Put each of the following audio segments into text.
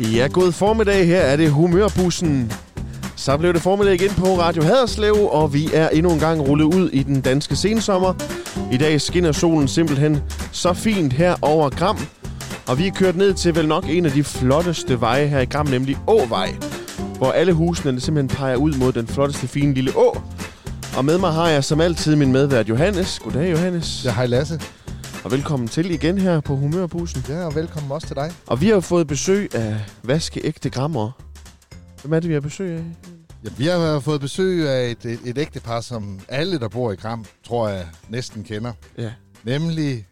Ja, god formiddag. Her er det Humørbussen. Så blev det formiddag igen på Radio Haderslev, og vi er endnu en gang rullet ud i den danske sensommer. I dag skinner solen simpelthen så fint her over Gram, og vi er kørt ned til vel nok en af de flotteste veje her i Gram, nemlig Åvej, hvor alle husene simpelthen peger ud mod den flotteste fine lille å. Og med mig har jeg som altid min medvært Johannes. Goddag, Johannes. Ja, hej Lasse. Og velkommen til igen her på Humørbussen. Ja, og velkommen også til dig. Og vi har jo fået besøg af vaskeægte grammer. Hvem er det, vi har besøg af? Ja, vi har øh, fået besøg af et, et, et ægtepar, som alle, der bor i Kram, tror jeg næsten kender. Ja. Nemlig,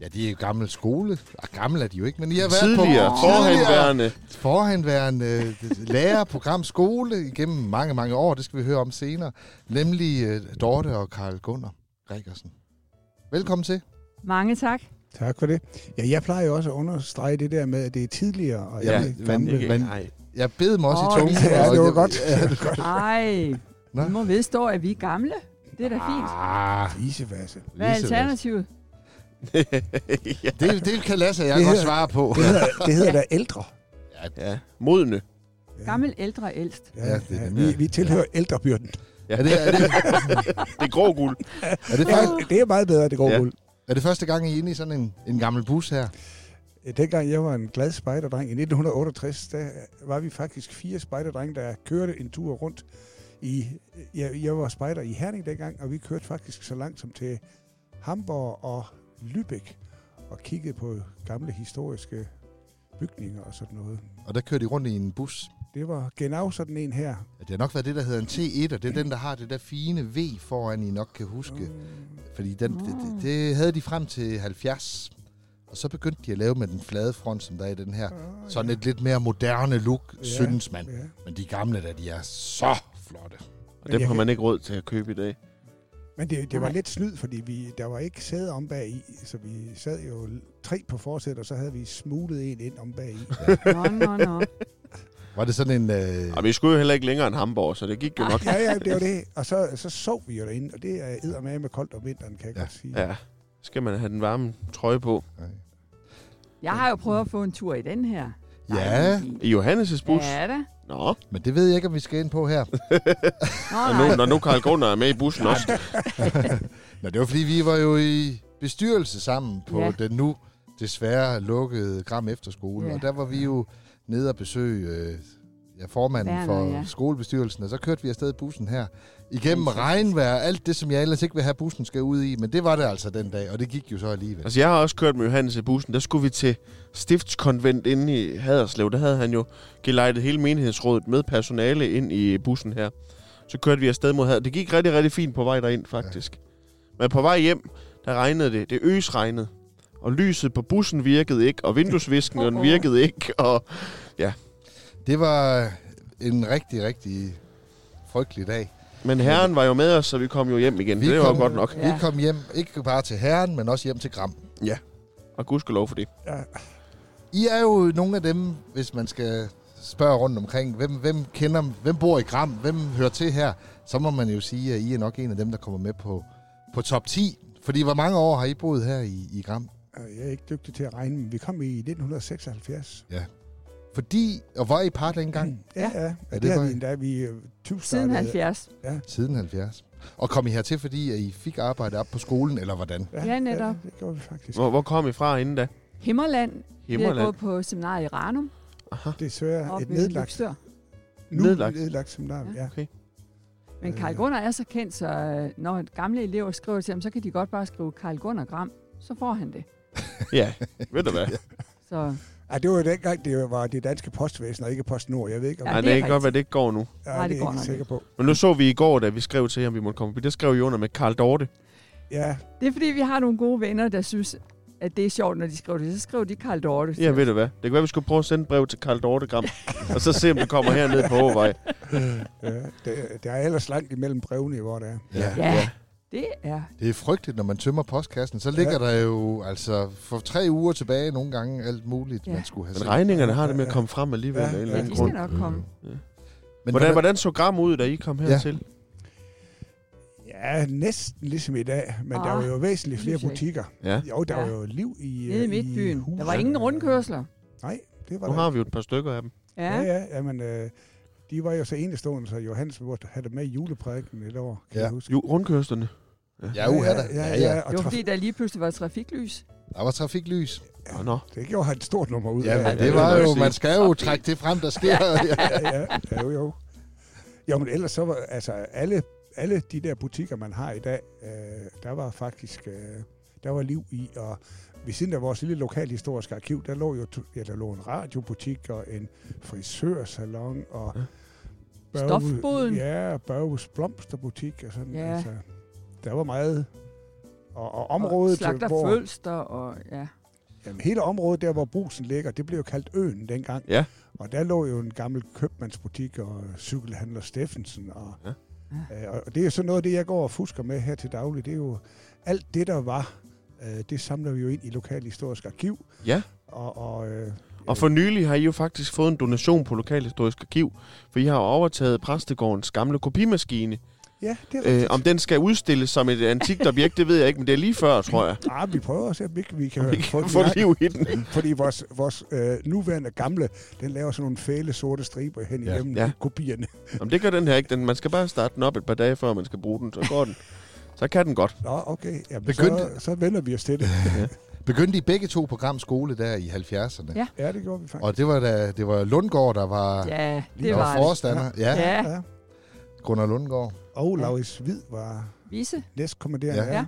ja, de er jo gammel skole. Ah, gammel er de jo ikke, men de har været Tidligere, på forhenværende. forhenværende øh, lærer på Gram Skole igennem mange, mange år. Det skal vi høre om senere. Nemlig øh, Dorte og Karl Gunnar Gregersen. Velkommen til. Mange tak. Tak for det. Ja, jeg plejer jo også at understrege det der med, at det er tidligere og Ja, ja, ikke men, gamle. ikke, men- nej. Jeg bed mig også Åh, i tungen. ja, og det var jeg- godt. Ja, det var godt. Ej, Nå. vi må vedstå, at vi er gamle. Det er da fint. Ah, Visevasse. Hvad er Lise, alternativet? ja. Det, det kan Lasse og jeg Det godt her- svare på. Det hedder, det hedder da ældre. ja. Modne. Ja. Gammel, ældre, ældst. Ja, Ja, ja, det er ja. nemlig- Vi, vi tilhører ældrebyrden. Ja. Er det, er, det, Det er grå guld. er, det Det første, er, det er meget bedre, det går Ja. ja. er det første gang, I er inde i sådan en, en gammel bus her? Øh, Dengang jeg var en glad spejderdreng i 1968, der var vi faktisk fire spejderdrenge, der kørte en tur rundt. I, jeg, jeg var spejder i Herning dengang, og vi kørte faktisk så langt som til Hamburg og Lübeck og kiggede på gamle historiske bygninger og sådan noget. Og der kører de rundt i en bus. Det var genau sådan en her. Ja, Det har nok været det, der hedder en T1, og det er den, der har det der fine V foran, I nok kan huske. Mm. Fordi den, det, det, det havde de frem til 70. Og så begyndte de at lave med den flade front, som der er i den her. Sådan et lidt mere moderne look, ja. Ja, synes man. Ah, Ja. Men de gamle, der de er så flotte. Og dem har jeg kan- man ikke råd til at købe i dag. Men det, det var Nej. lidt snyd, fordi vi, der var ikke sæde om bag i, så vi sad jo l- tre på forsæt, og så havde vi smuglet en ind om bag i. Nå, nå, nå. Var det sådan en... Øh, Og vi skulle jo heller ikke længere end Hamburg, så det gik jo nok. ja, ja, det var det. Og så, så sov vi jo derinde, og det er eddermame med koldt om vinteren, kan jeg Ja. ja. godt sige. Ja. Skal man have den varme trøje på. Jeg har jo prøvet at få en tur i den her. ja, I Johannes' bus? Ja da. Nå, men det ved jeg ikke, om vi skal ind på her. Nå, og nu, nej. når nu Karl Gunnar er med i bussen også. Nå, det var fordi, vi var jo i bestyrelse sammen på ja. Ja. den nu desværre lukkede Gram Efterskole. Ja. Ja. Og der var vi jo nede og besøge øh, ja, formanden Werner, for ja. ja. skolebestyrelsen, og så kørte vi afsted i bussen her. Igennem Fantastisk. regnvejr, alt det, som jeg ellers ikke vil have, bussen skal ud i, men det var det altså den dag, og det gik jo så alligevel. Altså, jeg har også kørt med Johannes i bussen. Der skulle vi til stiftskonvent inde i Haderslev. Der havde han jo gelejtet hele menighedsrådet med personale ind i bussen her. Så kørte vi afsted mod Haderslev. Det gik rigtig, rigtig fint på vej derind, faktisk. Men på vej hjem, der regnede det. Det øs regnede. Og lyset på bussen virkede ikke, og vinduesvisken den Åh. virkede ikke. Og Det var en rigtig, rigtig frygtelig dag. Men herren var jo med os, så vi kom jo hjem igen. Vi det var kom- jo godt nok. Ja. Vi kom hjem, ikke bare til herren, men også hjem til Gram. Og gudskelov for det. Ja. I er jo nogle af dem, hvis man skal spørge rundt omkring, hvem, hvem kender, hvem bor i Gram, hvem hører til her, så må man jo sige, at I er nok en af dem, der kommer med på, på top 10. Fordi hvor mange år har I boet her i, i Gram? Og Jeg er ikke dygtig til at regne, men vi kom i 1976. Fordi, og var I par dengang? Mm. Ja, ja. ja. det det, det har var- vi endda, vi øh, tyvstartede. Siden 70. Siden 70. Og kom I hertil, fordi at I fik arbejde op på skolen, eller hvordan? Ja, netop. Ja, det gjorde vi faktisk. Hvor, hvor kom I fra inden da? Himmerland. Vi har Himmerland. gået på seminariet i Ranum. Desværre Op et ved nedlagt, Løgstør. nu Nedlagt. nedlagt, nedlagt seminar. Ja. Ja. Men Karl Gunnar er så kendt, så øh, når gamle elever skriver til ham, så kan de godt bare skrive Karl Gunnar Gram. Så får han det. Ja, ved du hvad? Så Ej, det var jo dengang, det var det danske postvæsen, og ikke PostNord. Jeg ved ikke, om Ja, Nej, det det er kan godt rigtigt. være, det ikke går nu. ja, Nej, det er det jeg går ikke nok sikker ikke. på. Men nu så vi i går, da vi skrev til, om vi måtte komme forbi. Der skrev I under med Karl Dorte. Ja, det er fordi, vi har nogle gode venner, der synes, at det er sjovt, når de skriver det. Så skriver de Karl Dorte. Ja, ved du hvad? Det kan være, vi skulle prøve at sende et brev til Karl Dorte Gram. og så se, om det kommer hernede på Åvej. Ja, der, der øh, er ellers langt imellem brevene, hvor der er. Ja. Ja, det er Det er frygteligt, når man tømmer postkassen. Så ligger ja. Ja. der jo altså for tre uger tilbage nogle gange alt muligt, ja. Ja. man skulle have Men set. regningerne har det med at komme frem alligevel Ja, af en eller Ja, anden de skal grund. nok komme. Men Hvordan, hvordan så Gram ud, da I kom Ja. hertil? Ja, næsten ligesom i dag, men der Ah, var jo væsentligt flere synes jeg butikker. Ja. Jo, der Ja. var jo liv i, nede i øh, midtbyen. husene. Der var ingen rundkørsler. Nej, det det var Nu da- har vi jo et par stykker af dem. Ja. Ja, ja, jamen, øh, de var jo så enestående, så Johannes måtte have det med i juleprædiken et år, kan Ja. jeg huske. Jo, rundkørslerne. Ja, uha da. ja, ja, ja. Og Det var traf- fordi, der lige pludselig var trafiklys. Der var trafiklys. Ja. Nå, det gjorde han et stort nummer ud Ja, af. men det det vil var jeg jo, sige. man skal jo trække det frem, der sker. Ja. ja, ja, ja, jo, jo. Jo, men ellers så var, altså, alle, alle de der butikker, man har i dag, øh, der var faktisk, øh, der var liv i, og ved siden af vores lille lokalhistoriske arkiv, der lå jo, to- ja, der lå en radiobutik og en frisørsalon og... Ja. Børge- Stofboden. Ja, og Børges blomsterbutik og sådan. Ja. Altså, der var meget... Og, og området, øh, Slagter hvor, Følster og... Ja. Jamen, hele området der, hvor brusen ligger, det blev jo kaldt Øen dengang. Ja. Og der lå jo en gammel købmandsbutik og cykelhandler Steffensen. Og, Ja. øh, og det er jo sådan noget af det, jeg går og fusker med her til daglig. Det er jo alt det, der var, øh, det samler vi jo ind i Lokalhistorisk Arkiv. Ja. Og, og øh, Og for nylig har I jo faktisk fået en donation på Lokalhistorisk Arkiv, for I har jo overtaget præstegårdens gamle kopimaskine. ja, det er Øh, rigtigt. om den skal udstilles som et antikt objekt, det ved jeg ikke, men det er lige før, tror jeg. Ah, vi prøver at se, om ikke vi kan Vi kan den få i gang. liv i den. Fordi vores, vores øh, nuværende gamle, den laver sådan nogle fæle sorte striber hen Ja. igennem Ja. kopierne. Om det gør den her ikke. Den, man skal bare starte den op et par dage, før man skal bruge den. Så går den. Så kan den godt. Nå, okay. Jamen, så, Begyndte- så vender vi os til det. Begyndte I begge to program skole der i 70'erne? Ja. Ja, det gjorde vi faktisk. Og det var, da, det var Lundgaard, der var, Ja, det der var var det. forstander. Ja. ja, Ja, Gunnar Lundgaard. Og Lauris Hvid var vise. næstkommanderende. Ja. af Ja. dem.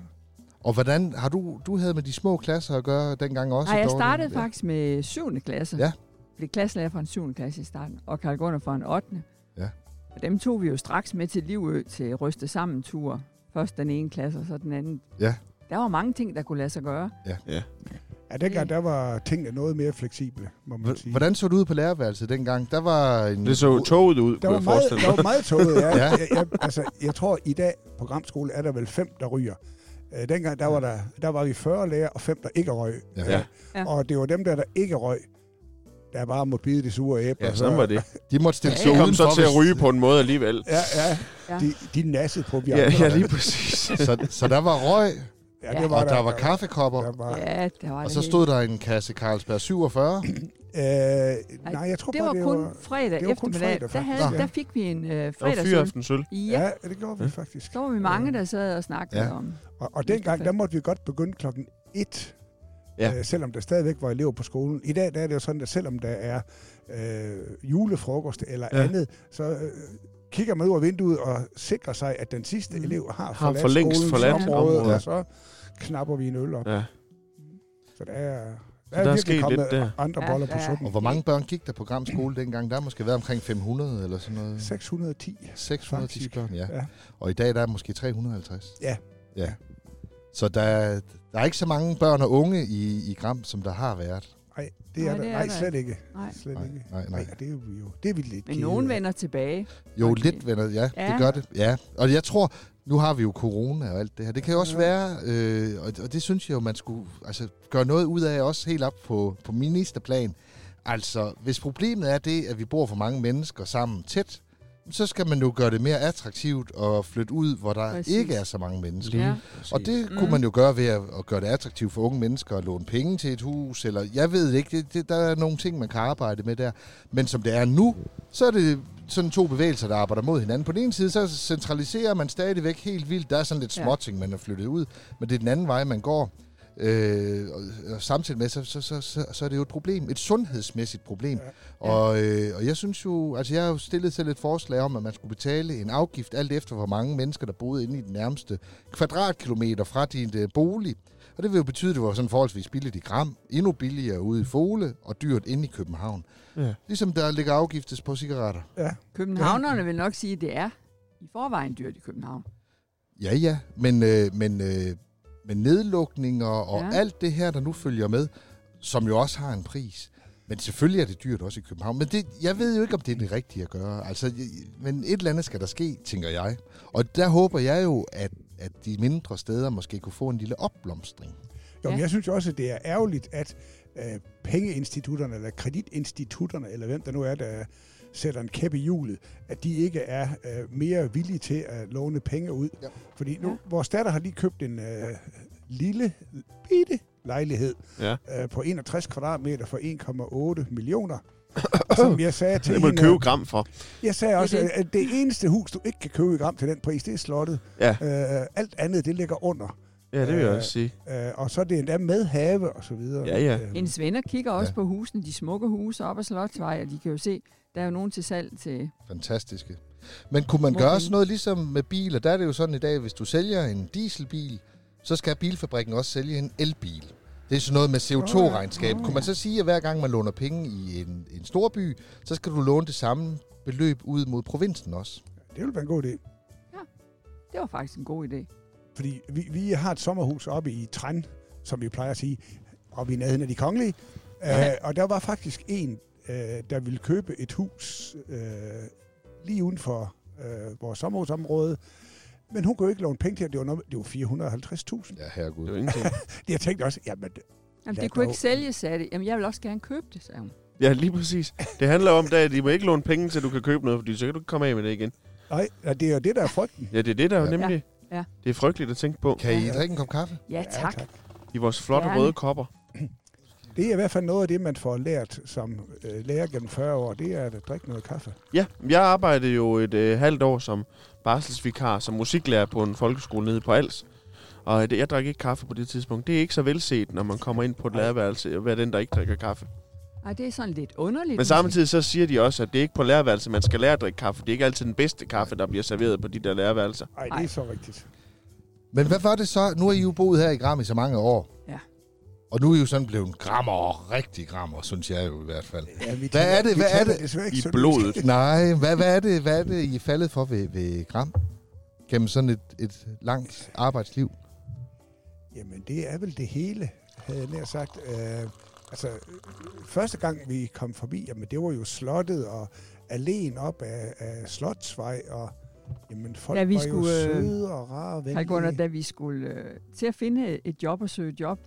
Og hvordan har du, du havde med de små klasser at gøre dengang også? Nej, jeg Dorte? startede faktisk med 7. klasse. Ja. Blev klasselærer fra en 7. klasse i starten, og Karl Gunnar fra en 8. Ja. Og dem tog vi jo straks med til Livø til Ryste Sammen tur. Først den ene klasse, og så den anden. Ja. Der var mange ting, der kunne lade sig gøre. Ja, dengang der var tingene noget mere fleksible, må man sige. Hvordan så det ud på lærerværelset dengang? Der var en... Det så toget ud, Der kunne var, jeg meget, forestille mig. der var meget tåget, ja. Ja. ja. Jeg, jeg, altså, jeg tror, i dag programskole er der vel fem, der ryger. Øh, dengang der var, der, der var vi 40 lærere og fem, der ikke røg. Ja. Ja. Ja. Og det var dem der, der ikke røg, der bare måtte bide det sure æble. Ja, og sådan var det. De måtte stille Ja, sig De kom så udenfor, til at hvis- ryge på en måde alligevel. Ja, ja. Ja. De, de nassede på, vi Ja, andre. ja lige præcis. Så, så der var røg, ja, Ja. det var og der var der, kaffekopper, der var, Ja, det var og det så hele. stod der en kasse Carlsberg 47. øh, nej, jeg tror det bare, var det kun var... fredag det var kun eftermiddag. fredag, der, faktisk, havde, ja. der fik vi en øh, Der var fredagsøl. fyraftensøl. Ja. Ja, det gjorde vi faktisk. Så var vi mange, der sad og snakkede Ja. ja. om. Og, og dengang, der måtte vi godt begynde klokken 1, Ja. ja. øh, selvom der stadigvæk var elever på skolen. I dag der er det jo sådan, at selvom der er øh, julefrokost eller Ja. ja. andet, så øh, kigger man ud af vinduet og sikrer sig, at den sidste Mm. elev har, Har forladt for længst skolens forladt område, området. og så knapper vi en øl op. Ja. Ja. Så der er, der der er virkelig sket kommet lidt der. andre Ja, boller på ja. suppen. Og hvor mange børn gik der på Gram skole dengang? Der har måske været omkring 500 eller sådan noget. 610. 610 faktisk. børn, ja. Ja. Og i dag der er måske 350. Ja. ja. Så der, der er ikke så mange børn og unge i, i Gram, som der har været. Nej, det Nej, er der. det er Nej, der slet ikke. Nej. Slet Nej, ikke. nej, nej. og det er vi jo. Det er vi lidt Men kede nogen af. vender tilbage. Jo, Okay. lidt venner, ja, ja, Ja. det gør det. Ja. Og jeg tror, nu har vi jo corona og alt det her. Det kan jo også Ja. være, øh, og, og det synes jeg jo, man skulle altså, gøre noget ud af, også helt op på, på ministerplan. Altså, hvis problemet er det, at vi bor for mange mennesker sammen tæt, så skal man jo gøre det mere attraktivt at flytte ud, hvor der Præcis. Præcis. ikke er så mange mennesker. Lige Ja. præcis. Og det Mm. mm. kunne man jo gøre ved at, at gøre det attraktivt for unge mennesker at låne penge til et hus, eller jeg ved det ikke, det, det, der er nogle ting, man kan arbejde med der. Men som det er nu, så er det sådan to bevægelser, der arbejder mod hinanden. På den ene side, så centraliserer man stadigvæk helt vildt. Der er sådan lidt Ja. småting, man er flyttet ud, men det er den anden vej, man går. Øh, og, og samtidig med, så, så, så, så, så er det jo et problem, et sundhedsmæssigt problem. Ja. Ja. Og, øh, og jeg synes jo, altså jeg har jo stillet selv et forslag om, at man skulle betale en afgift alt efter, hvor mange mennesker, der boede inde i den nærmeste kvadratkilometer fra din øh, bolig. Og det vil jo betyde, at det var sådan forholdsvis billigt i Gram, endnu billigere ude i Fole og dyrt inde i København. Ja. Ligesom der ligger afgiftes på cigaretter. Københavnerne vil nok sige, at det er i forvejen dyrt i København. Ja, ja, men, øh, men øh, med nedlukninger og Ja. ja. alt det her, der nu følger med, som jo også har en pris. Men selvfølgelig er det dyrt også i København. Men det, jeg ved jo ikke, om det er det rigtige at gøre. Altså, jeg- men et eller andet skal der ske, tænker jeg. Og der håber jeg jo, at, at de mindre steder måske kunne få en lille opblomstring. Jo, men Ja. jeg synes jo også, at det er ærgerligt, at øh, pengeinstitutterne eller kreditinstitutterne, eller hvem der nu er, der sætter en kæppe i hjulet, at de ikke er øh, mere villige til at låne penge ud. Ja. Fordi nu, Ja. vores datter har lige købt en øh, lille, bitte, lejlighed Ja. øh, på 61 kvadratmeter for 1,8 millioner. som jeg sagde til Det må du hende, øh, købe gram for. jeg sagde er også, det. at det eneste hus, du ikke kan købe i gram til den pris, det er slottet. Ja, Øh, alt andet, det ligger under. ja det vil jeg Øh, også sige. Øh, og så er det endda med have og så videre. Ja, ja. Øh, Hendes venner kigger også Ja. ja. på husene, de smukke huse op ad Slotsvej, og de kan jo se, der er jo nogen til salg til... Fantastiske. Men kunne man Må gøre vi- sådan noget ligesom med biler? Der er det jo sådan i dag, hvis du sælger en dieselbil, så skal bilfabrikken også sælge en elbil. Det er sådan noget med CO2-regnskab. Åh, ja. Kunne man så sige, at hver gang man låner penge i en, en stor by, så skal du låne det samme beløb ud mod provinsen også? det ville være en god idé. Det var faktisk en god idé. Fordi vi, vi har et sommerhus oppe i Træn, som vi plejer at sige, oppe i nærheden af de kongelige. Ja. Øh, og der var faktisk en, øh, der ville købe et hus øh, lige uden for øh, vores sommerhusområde. Men hun kunne jo ikke låne penge til, at det var, noget, det var Ja, Det er herregud. jo ingenting. 450.000. Jeg tænkte også, jamen, Jamen, Lad det kunne dog- ikke sælges, sagde det. Jamen, jeg vil også gerne købe det, sagde hun. Ja, lige præcis. Det handler om, at de må ikke låne penge, til du kan købe noget, fordi så kan du ikke komme af med det igen. nej, nej, det er jo det, der er frygten. Ja, det er det, der er jo Ja. nemlig... Ja. Det er frygteligt at tænke på. Kan I drikke en kop kaffe? Ja, tak. I vores flotte Gerne. røde kopper. Det er i hvert fald noget af det, man får lært som øh, lærer gennem 40 år, det er at drikke noget kaffe. Ja, jeg arbejdede jo et øh, halvt år som barselsvikar, som musiklærer på en folkeskole nede på Als. Og øh, det, jeg drak ikke kaffe på det tidspunkt. Det er ikke så velset, når man kommer ind på et Nej. lærerværelse, at være den, der ikke drikker kaffe. Ej, det er sådan lidt underligt. Men samtidig så siger de også, at det er ikke på lærerværelse, man skal lære at drikke kaffe. Det er ikke altid den bedste kaffe, der bliver serveret på de der lærerværelser. Ej, det Ej. er så rigtigt. Men hvad var det så? Nu har I jo boet her i Gram i så mange år. Ja. Og nu er I jo sådan blevet grammer, rigtig grammer, synes jeg jo i hvert fald. Ja, vi er det? vi Hvad er taler det? desværre ikke I så lyst. blodet. Nej, hvad, hvad, er det, hvad er det, I er faldet for ved, ved Gram? Gennem sådan et, et langt arbejdsliv? Jamen, det er vel det hele, havde jeg nær sagt. Øh, altså, øh, første gang vi kom forbi, jamen, det var jo slottet og alléen op af, af Slotsvej, og jamen, folk Ja, vi var skulle, jo øh, søde og rare og Karl Gunnar, venlige. da vi skulle øh, til at finde et job og søge et job,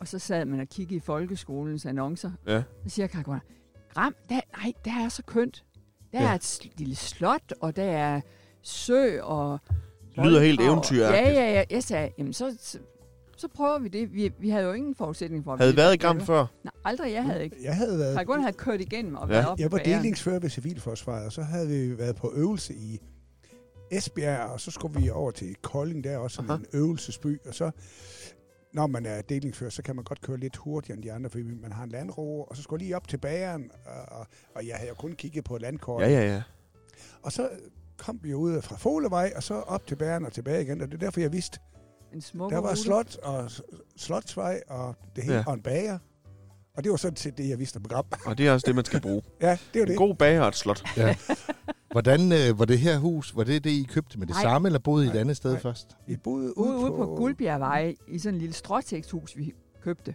og så sad man og kiggede i folkeskolens annoncer, Ja. så siger Karl Gunnar, Gram, der, nej, der er så kønt. Der Ja. ja. er et sl- lille slot, og der er sø og... Lyder helt voldgrav." eventyragtigt. Ja, ja, ja. Jeg sagde, jamen så, så, så prøver vi det. Vi, vi havde jo ingen forudsætning for... at Havde vi- I været i gram før? Nej, aldrig. Jeg havde ikke. Jeg havde været... Karl Gunnar havde kørt igennem og Ja. ja. været op Jeg på var æren. delingsfører ved Civilforsvaret, og så havde vi været på øvelse i Esbjerg, og så skulle vi over til Kolding, der er også sådan Aha. en øvelsesby, og så når man er delingsfører, så kan man godt køre lidt hurtigere end de andre, fordi man har en landrover, og så skulle jeg lige op til bageren, og, og, og jeg havde jo kun kigget på landkortet. Ja, ja, ja. Og så kom vi jo ud fra Folevej, og så op til bageren og tilbage igen, og det er derfor, jeg vidste, En smuk der var rute. slot og s- slotsvej og det hele, Ja. ja. og en bager. Og det var sådan set det, jeg vidste om program. Og det er også det, man skal bruge. ja, det var En det. god bager og et slot. Ja. Hvordan øh, var det her hus? Var det det, I købte med det Nej. samme, eller boede I et Nej, andet sted nej. først? Vi boede Ude, ude på Guldbjergvej i sådan en lille stråtæksthus, vi købte.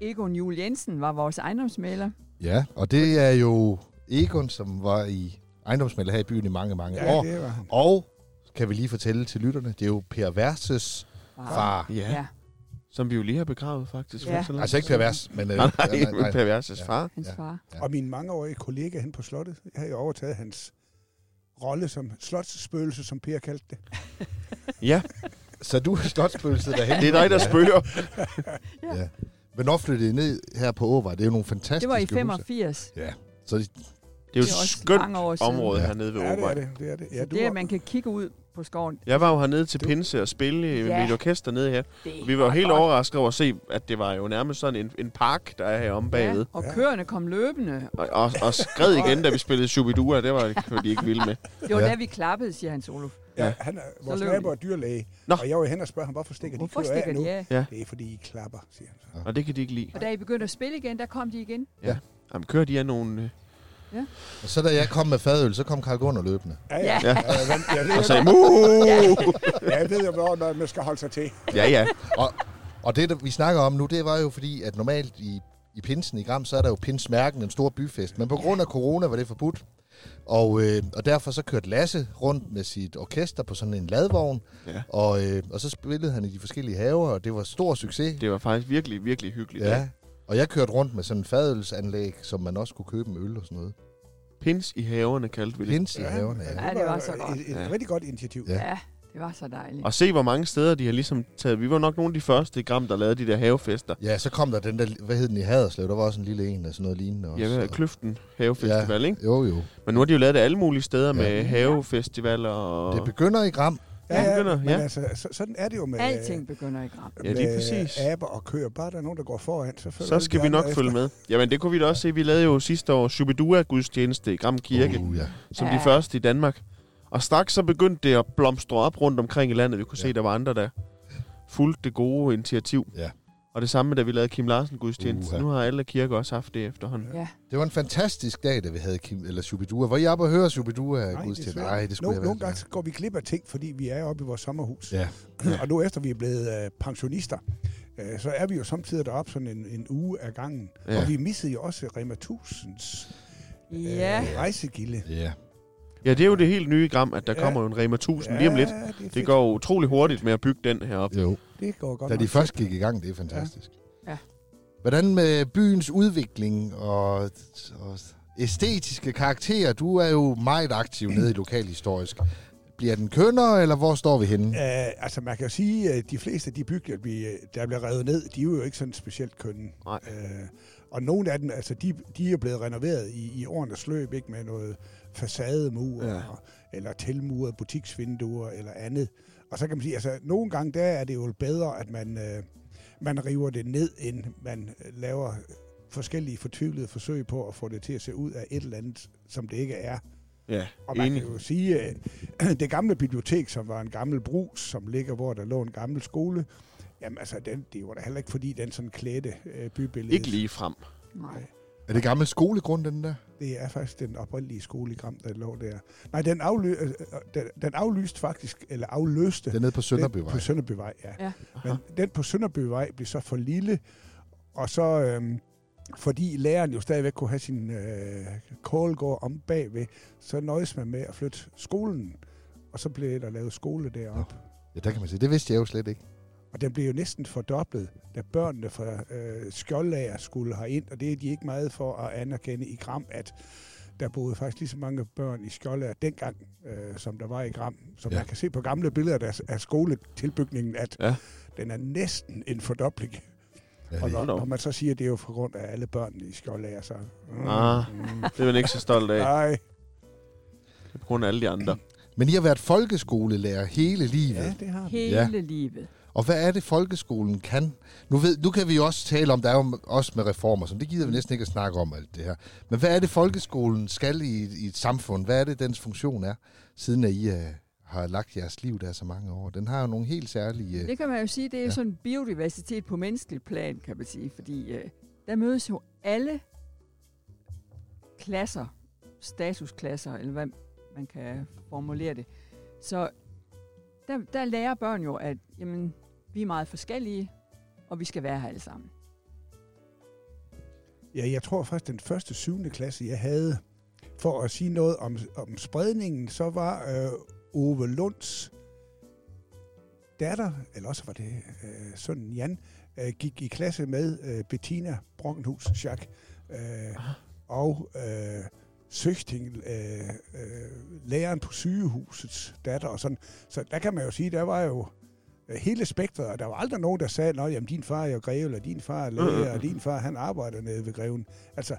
Egon Jul Jensen var vores ejendomsmaler. Ja, og det er jo Egon, som var i ejendomsmælder her i byen i mange, mange ja, Ja, år. det var han. Og kan vi lige fortælle til lytterne, det er jo Per Verses far. Ja, Ja, som vi jo lige har begravet faktisk. Ja. For Altså ikke Per Vers, men... Øh, Nej, nej, nej, nej. Per Verses Ja. far. hans Ja. ja. far. Ja. Og min mangeårige kollega hen på slottet, jeg havde jo overtaget hans rolle som slotsspøgelse, som Per kaldte det. Ja, Så du er slotsbølset derhen. det er dig, der spørger. Hvornår flyttede I ned her på Åvej? Det er jo nogle fantastiske Det var i huse. 85. Så I- Det er jo Det er et også skønt mange år siden. område Ja. hernede ved Ja, det er Åbej. det. det, er det. Ja, Ja, det er, var- at man kan kigge ud på skoven. Jeg var jo hernede til Pinse og spille i Ja. mit orkester nede her. Det Vi var jo helt godt. overrasket over at se, at det var jo nærmest sådan en, en park, der er her om bagved. Ja, og Ja. køerne kom løbende. Og, og, og skred igen, da vi spillede Shubidua. Det var var de ikke vilde med. Det var Ja. ja. der, vi klappede, siger Hans Olof. Ja, han er, vores løb nabo de. er dyrlæge, Nå. Nå. og jeg var hen og spørger ham, hvorfor stikker de Hvorfor køer af stikker nu? de af? Det er, fordi I klapper, siger han så. Og det kan de ikke lide. Og da I begyndte at spille igen, der kom de igen. Jamen, kører de af nogle... øh, Og så da jeg kom med fadøl, så kom Karl Gunnar løbende. Ja, Ja. ja. ja. ja, ja det, Og er- sagde, Muh! ja, jeg ved jo, hvornår man skal holde sig til. Ja, ja. Og, og det, der vi snakker om nu, det var jo fordi, at normalt i, i pinsen i Gram, så er der jo pinsmærken, en stor byfest. Men på grund af corona var det forbudt. Og, øh, og derfor så kørte Lasse rundt med sit orkester på sådan en ladvogn. Ja. Og, øh, og så spillede han i de forskellige haver, og det var stor succes. Det var faktisk virkelig, virkelig hyggeligt. ja. Og jeg kørte rundt med sådan en fadølsanlæg, som man også kunne købe en øl og sådan noget. Pins i haverne kaldte vi det. Pins i haverne, ja. Ja, det var så godt. Et, et Ja. rigtig godt initiativ. Ja. Ja. Ja, Det var så dejligt. Og se, hvor mange steder de har ligesom taget. Vi var nok nogle af de første i Gram, der lavede de der havefester. Ja, så kom der den der, hvad hed den i Haderslev? Der var også en lille en af sådan noget lignende også. Ja, hvad er Kløften Havefestival, ja. ikke? Jo, jo. Men nu har de jo lavet det alle mulige steder ja. Ja. med havefestivaler og... Det begynder i Gram. Ja, begynder, men ja. altså, så, sådan er det jo med, Alting begynder i gram. Ja, lige præcis. med aber og køer. Bare der er nogen, der går foran, så følger Så alle skal de vi andre nok efter. følge med. Jamen, det kunne vi da også se. Vi lavede jo sidste år Shubidua-gudstjeneste i Gram Kirke, uh. Uh, ja. som Ja. de første i Danmark. Og straks så begyndte det at blomstre op rundt omkring i landet. Vi kunne ja. Ja. se, der var andre, der fulgte det gode initiativ. Ja. Og det samme, da vi lavede Kim Larsen-gudstjeneste. Uha. Nu har alle kirker også haft det efterhånden. Ja. Det var en fantastisk dag, da vi havde Kim, eller Shubidua. Var I oppe og høre Shubidua? Nej, Nej, det, desværre. Nej, det skulle Nogle, jeg nogle være. gange så går vi glip af ting, fordi vi er oppe i vores sommerhus. Ja. og nu efter vi er blevet øh, pensionister, øh, så er vi jo samtidig deroppe sådan en, en uge af gangen. Ja. Ja. Og vi missede jo også Rema Tusinds øh, Ja. rejsegilde. Ja. Ja, det er jo det helt nye i Gram, at der Ja. kommer jo en Rema 1000 lige om lidt. Ja, det, er Det fedt. går utrolig hurtigt med at bygge den heroppe. Jo. det går godt Da de nok. først gik i gang, det er fantastisk. Ja. Hvordan med byens udvikling og, og æstetiske karakterer? Du er jo meget aktiv nede i lokalhistorisk. Bliver den kønnere, eller hvor står vi henne? Uh, altså man kan jo sige, at de fleste af de bygninger, vi, øh, der bliver revet ned, de er jo ikke sådan specielt kønne. Nej. Uh, og nogle af dem, altså de, de er blevet renoveret i, i årenes løb, ikke med noget facademur, Ja. ja. eller tilmurede butiksvinduer, eller andet. Og så kan man sige, altså nogle gange der er det jo bedre, at man, øh, man river det ned, end man øh, laver forskellige fortvivlede forsøg på at få det til at se ud af et eller andet, som det ikke er. Ja, Og man enig. kan jo sige, at det gamle bibliotek, som var en gammel brus, som ligger, hvor der lå en gammel skole, jamen altså, den, det var da heller ikke fordi, den sådan klædte øh, bybilledet. Ikke lige frem. Nej. Er det gammel skolegrund, den der? Det er faktisk den oprindelige skole i Gram, der lå der. Nej, den, afly, øh, øh, den, den aflyste faktisk, eller afløste Den er nede på Den Sønderbyvej. på Sønderbyvej, ja. Ja. ja. Men den på Sønderbyvej blev så for lille, og så øhm, fordi læreren jo stadigvæk kunne have sin øh, kålgård om bagved, så nøjes man med at flytte skolen, og så blev der lavet skole deroppe. Ja, der kan man se. Det vidste jeg jo slet ikke. Og den blev jo næsten fordoblet, da børnene fra øh, Skjoldager skulle herind, og det er de ikke meget for at anerkende i Gram, at der boede faktisk lige så mange børn i Skjoldager dengang, øh, som der var i Gram. Så ja. Ja. man kan se på gamle billeder af, af skoletilbygningen, at Ja. ja. den er næsten en fordobling. Ja, Og når, Hold da op. når man så siger, at det er jo på grund af alle børnene i Skjoldager, så... Mm, Ah, det er man ikke så stolt af, Nej, på grund af alle de andre. Men I har været folkeskolelærer hele livet. ja, Ja. det har vi. Hele ja. livet. Og hvad er det, folkeskolen kan? Nu, ved, nu kan vi jo også tale om, der er jo også med reformer, som det gider vi næsten ikke at snakke om alt det her. Men hvad er det, folkeskolen skal i, et- i et samfund? Hvad er det, dens funktion er, siden at I uh, har lagt jeres liv der så mange år? Den har jo nogle helt særlige... Uh, Det kan man jo sige, det er ja. Ja. sådan biodiversitet på menneskelig plan, kan man sige, fordi øh, der mødes jo alle klasser, statusklasser, eller hvad man kan formulere det. Så der, der lærer børn jo, at jamen, vi er meget forskellige, og vi skal være her alle sammen. Ja, jeg tror faktisk, den første syvende klasse, jeg havde, for at sige noget om, om spredningen, så var øh, Ove Lunds datter, eller også var det øh, sønnen Jan, øh, gik i klasse med øh, Bettina Brockenhus Schack øh, og øh, Søgting, øh, øh, læreren på sygehusets datter og sådan. Så der kan man jo sige, der var jo øh, hele spektret, og der var aldrig nogen, der sagde, at din far er jo greve, eller din far er læge, og din far han arbejder nede ved greven. Altså,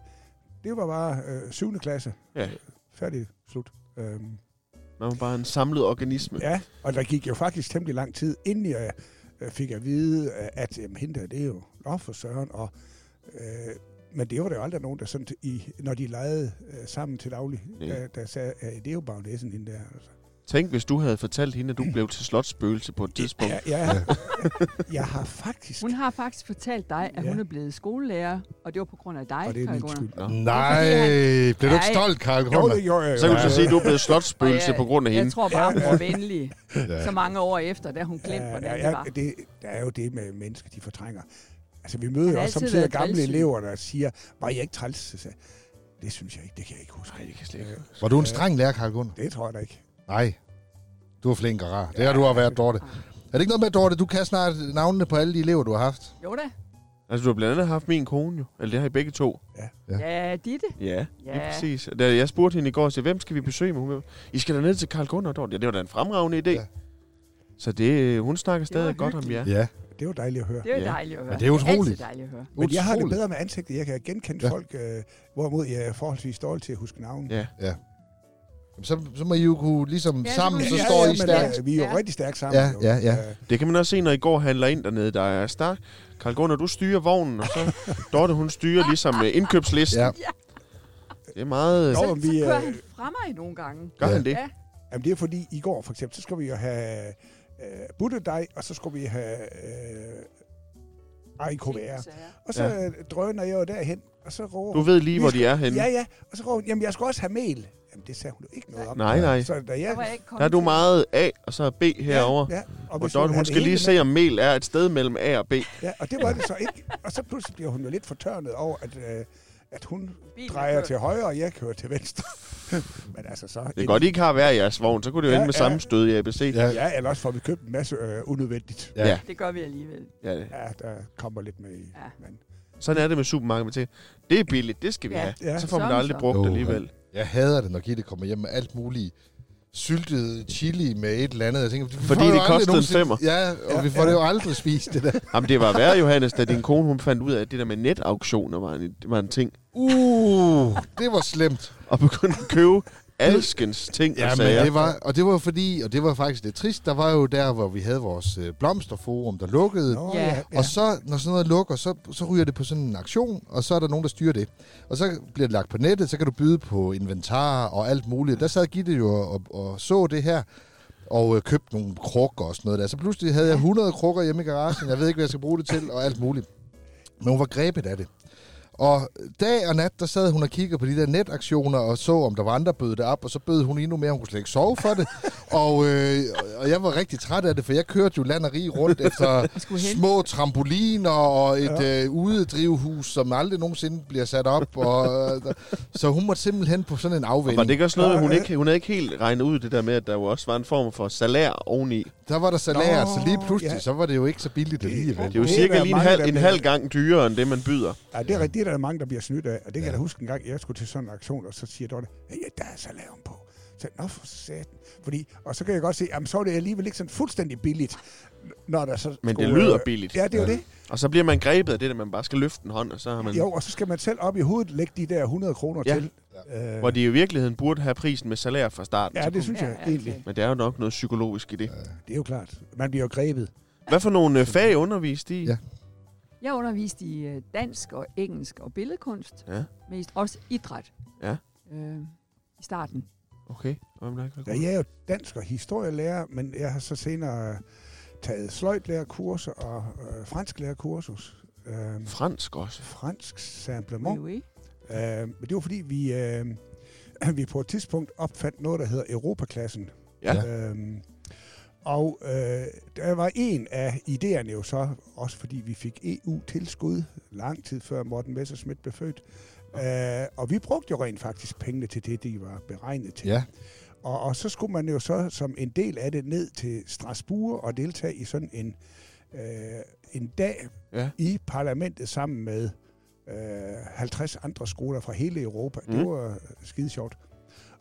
det var bare øh, 7. klasse. Ja. Færdig. Slut. Øhm, Man var bare en samlet organisme. ja, og der gik jo faktisk temmelig lang tid, inden jeg øh, fik at vide, øh, at jamen, hende der, det er jo lov for søren, og øh, men det var der jo aldrig nogen, der sådan, t- i, når de legede øh, sammen til daglig, Nej. der, der sagde, at det er jo bagnæsen, hende der. Altså. Tænk, hvis du havde fortalt hende, at du blev til slotsspøgelse på et tidspunkt. Ja, ja, jeg har faktisk... Hun har faktisk fortalt dig, at ja. Ja. hun er blevet skolelærer, og det var på grund af dig, og det er Karl min Gunnar. skyld. Nå. nej, bliver du ikke Nej. stolt, Karl Jo, Grummer? det gjorde jeg. Så kan jo. du så sige, at du er blevet Og slotsspøgelse jeg- på grund af hende. Jeg tror bare, hun Ja. var venlig så Ja. mange år efter, da hun glemte, Øh, Ja, hvordan der det er, var. det, der er jo det med mennesker, de fortrænger. Altså, vi møder Han jo har også altid samtidig været gamle trælsyg. elever, der siger, var jeg ikke træls? Så sagde, jeg, det synes jeg ikke, det kan jeg ikke huske. Nej, det kan jeg slet ikke. Var du en streng lærer, Karl Gunnar? Det tror jeg da ikke. Nej. Du er flink og rar. Det har du har været, Dorte. Er det ikke noget med, Dorte, du kan snart navnene på alle de elever, du har haft? Jo da. Altså, du har blandt andet haft min kone jo. Eller det har I begge to. Ja. Ja, Ditte. Ja, lige Ja. præcis. Og Da jeg spurgte hende i går, så, hvem skal vi besøge med? Hun var, I skal da ned til Karl Gunnar, Dorte. Ja, det var da en fremragende idé. Ja. Ja. Så det, øh, hun snakker stadig godt om hyggeligt. jer. Ja. Det var dejligt at høre. Det er jo Ja. dejligt at høre. Men det er utroligt. altid dejligt at høre. Men jeg har det Utroligt. bedre med ansigtet. Jeg kan genkende Ja. ja. folk, øh, hvorimod jeg er forholdsvis dårlig til at huske navn. Ja. Jamen, Så, så må I jo kunne, ligesom ja, Ja, så sammen, må så vi- står Ja, I men, stærkt. øh, Vi er jo Ja. rigtig stærkt sammen. Ja, jo. ja, ja. Øh, Det kan man også se, når I går og handler ind dernede. Der er stærk. Karl Gunnar, du styrer vognen, og så Dorte, hun styrer ligesom øh, indkøbslisten. Ja. Ja. Det er meget... Nå, Jo. Så, men så vi, kører øh, han fra mig nogle gange. Gør Ja. han det? Ja, Jamen det er fordi, i går for eksempel, så skulle vi jo have øh, buttedej, og så skulle vi have øh, AIKVR. ting, sager. Og så Ja. ja. drøner jeg jo derhen, og så råber Du ved lige, hvor de er henne. Ja, ja, og så råber hun, jamen jeg skulle også have mel. Jamen det sagde hun jo ikke noget om. Nej, nej. Så da Der jeg... var jeg ikke kommet Der er du til. meget A, og så B herover. Ja, ja. Og, Og hvis Dorte, hun havde skal det lige hele se, om mel er et sted mellem A og B. med- Ja, og det var det så ikke. Og så pludselig bliver hun jo lidt fortørnet over, at, øh, at hun Bilen er drejer kørt. til højre, og jeg kører til venstre. Men altså så... Det er godt, I ikke har hver jeres vogn. Så kunne det jo Ja, ende med ja. samme stød i ABC. Ja. Ja, eller også får vi købt en masse øh, unødvendigt. Ja. Det gør vi alligevel. Ja, det. Ja, der kommer lidt med i. Ja. Men, Sådan er det med supermarkedet til. Det er billigt, det skal vi Ja. have. Ja. Så får man Sådan det aldrig så. brugt Åh, alligevel. Jeg hader det, når Gitte kommer hjem med alt muligt syltet chili med et eller andet. Jeg tænker, vi får Fordi jo det aldrig kostede en nogensinde- femmer. Ja, og Ja, vi får ja. det jo aldrig spist, det der. Jamen, det var værre, Johannes, da din kone hun fandt ud af, at det der med netauktioner var en, var en ting. Uh, det var slemt. Og begyndte at købe alskens ting Ja, og men sager. det var, og det var fordi, og det var faktisk lidt trist, der var jo der, hvor vi havde vores øh, blomsterforum, der lukkede. Nå, Ja. ja. Ja. Og så, når sådan noget lukker, så, så ryger det på sådan en aktion, og så er der nogen, der styrer det. Og så bliver det lagt på nettet, så kan du byde på inventar og alt muligt. Der sad Gitte jo og, og så det her, og øh, købte nogle krukker og sådan noget der. Så pludselig havde jeg 100 krukker hjemme i garagen, jeg ved ikke, hvad jeg skal bruge det til, og alt muligt. Men hun var grebet af det. Og dag og nat, der sad hun og kiggede på de der netaktioner og så, om der var andre, der bød det op. Og så bød hun endnu mere, hun kunne slet ikke sove for det. og, øh, og jeg var rigtig træt af det, for jeg kørte jo land og rig rundt efter skulle hente. små trampoliner og et ja. øh, udedrivhus, som aldrig nogensinde bliver sat op. Og, øh, så hun måtte simpelthen på sådan en afvænding. Var det ikke også noget, hun ikke, hun havde ikke helt regnet ud, det der med, at der jo også var en form for salær oveni? Der var der salærer, Nå, så lige pludselig, ja. så var det jo ikke så billigt alligevel. Det er jo Det cirka er lige en mange, halv, der en bliver- halv gang dyrere, end det, man byder. Ja, det er rigtigt, det er der mange, der bliver snydt af. Og det kan Ja. ja. jeg da huske en gang, jeg skulle til sådan en aktion, og så siger Dorte, hey, ja, der er salam på. Så nå for satan. Fordi, og så kan jeg godt se, jamen, så er det alligevel ikke sådan fuldstændig billigt, når der så Men det skulle, lyder øh, billigt. Ja, det er jo det. Og så bliver man grebet af det, at man bare skal løfte en hånd, og så har man... Jo, og så skal man selv op i hovedet lægge de der 100 kroner Ja. til. Øh, Hvor de i virkeligheden burde have prisen med salær fra starten. ja, Så det kunne- synes Ja, jeg ja, egentlig. okay. Men der er jo nok noget psykologisk i det. Det er jo klart. Man bliver jo grebet. Hvad for nogle øh, fag underviste I? Ja. Jeg underviste i øh, dansk og engelsk og billedkunst. Ja. Mest også idræt. Ja. Øh, I starten. Okay. Og hvem der ikke var Ja, god? jeg er jo dansk og historielærer, men jeg har så senere taget sløjtlærerkurser og øh, fransklærerkursus. Øh, Fransk også. fransk Oui, samplement. oui. Øh, men det var fordi, vi, øh, vi på et tidspunkt opfandt noget, der hedder Europaklassen. Ja. Øh, og øh, der var en af idéerne jo så, også fordi vi fik EU-tilskud lang tid før Morten Messerschmidt blev født. Øh, og vi brugte jo rent faktisk pengene til det, de var beregnet til. Ja, Og, og så skulle man jo så som en del af det ned til Strasbourg og deltage i sådan en, øh, en dag Ja. i parlamentet sammen med øh, 50 andre skoler fra hele Europa. Mm. Mm. Det var skide sjovt.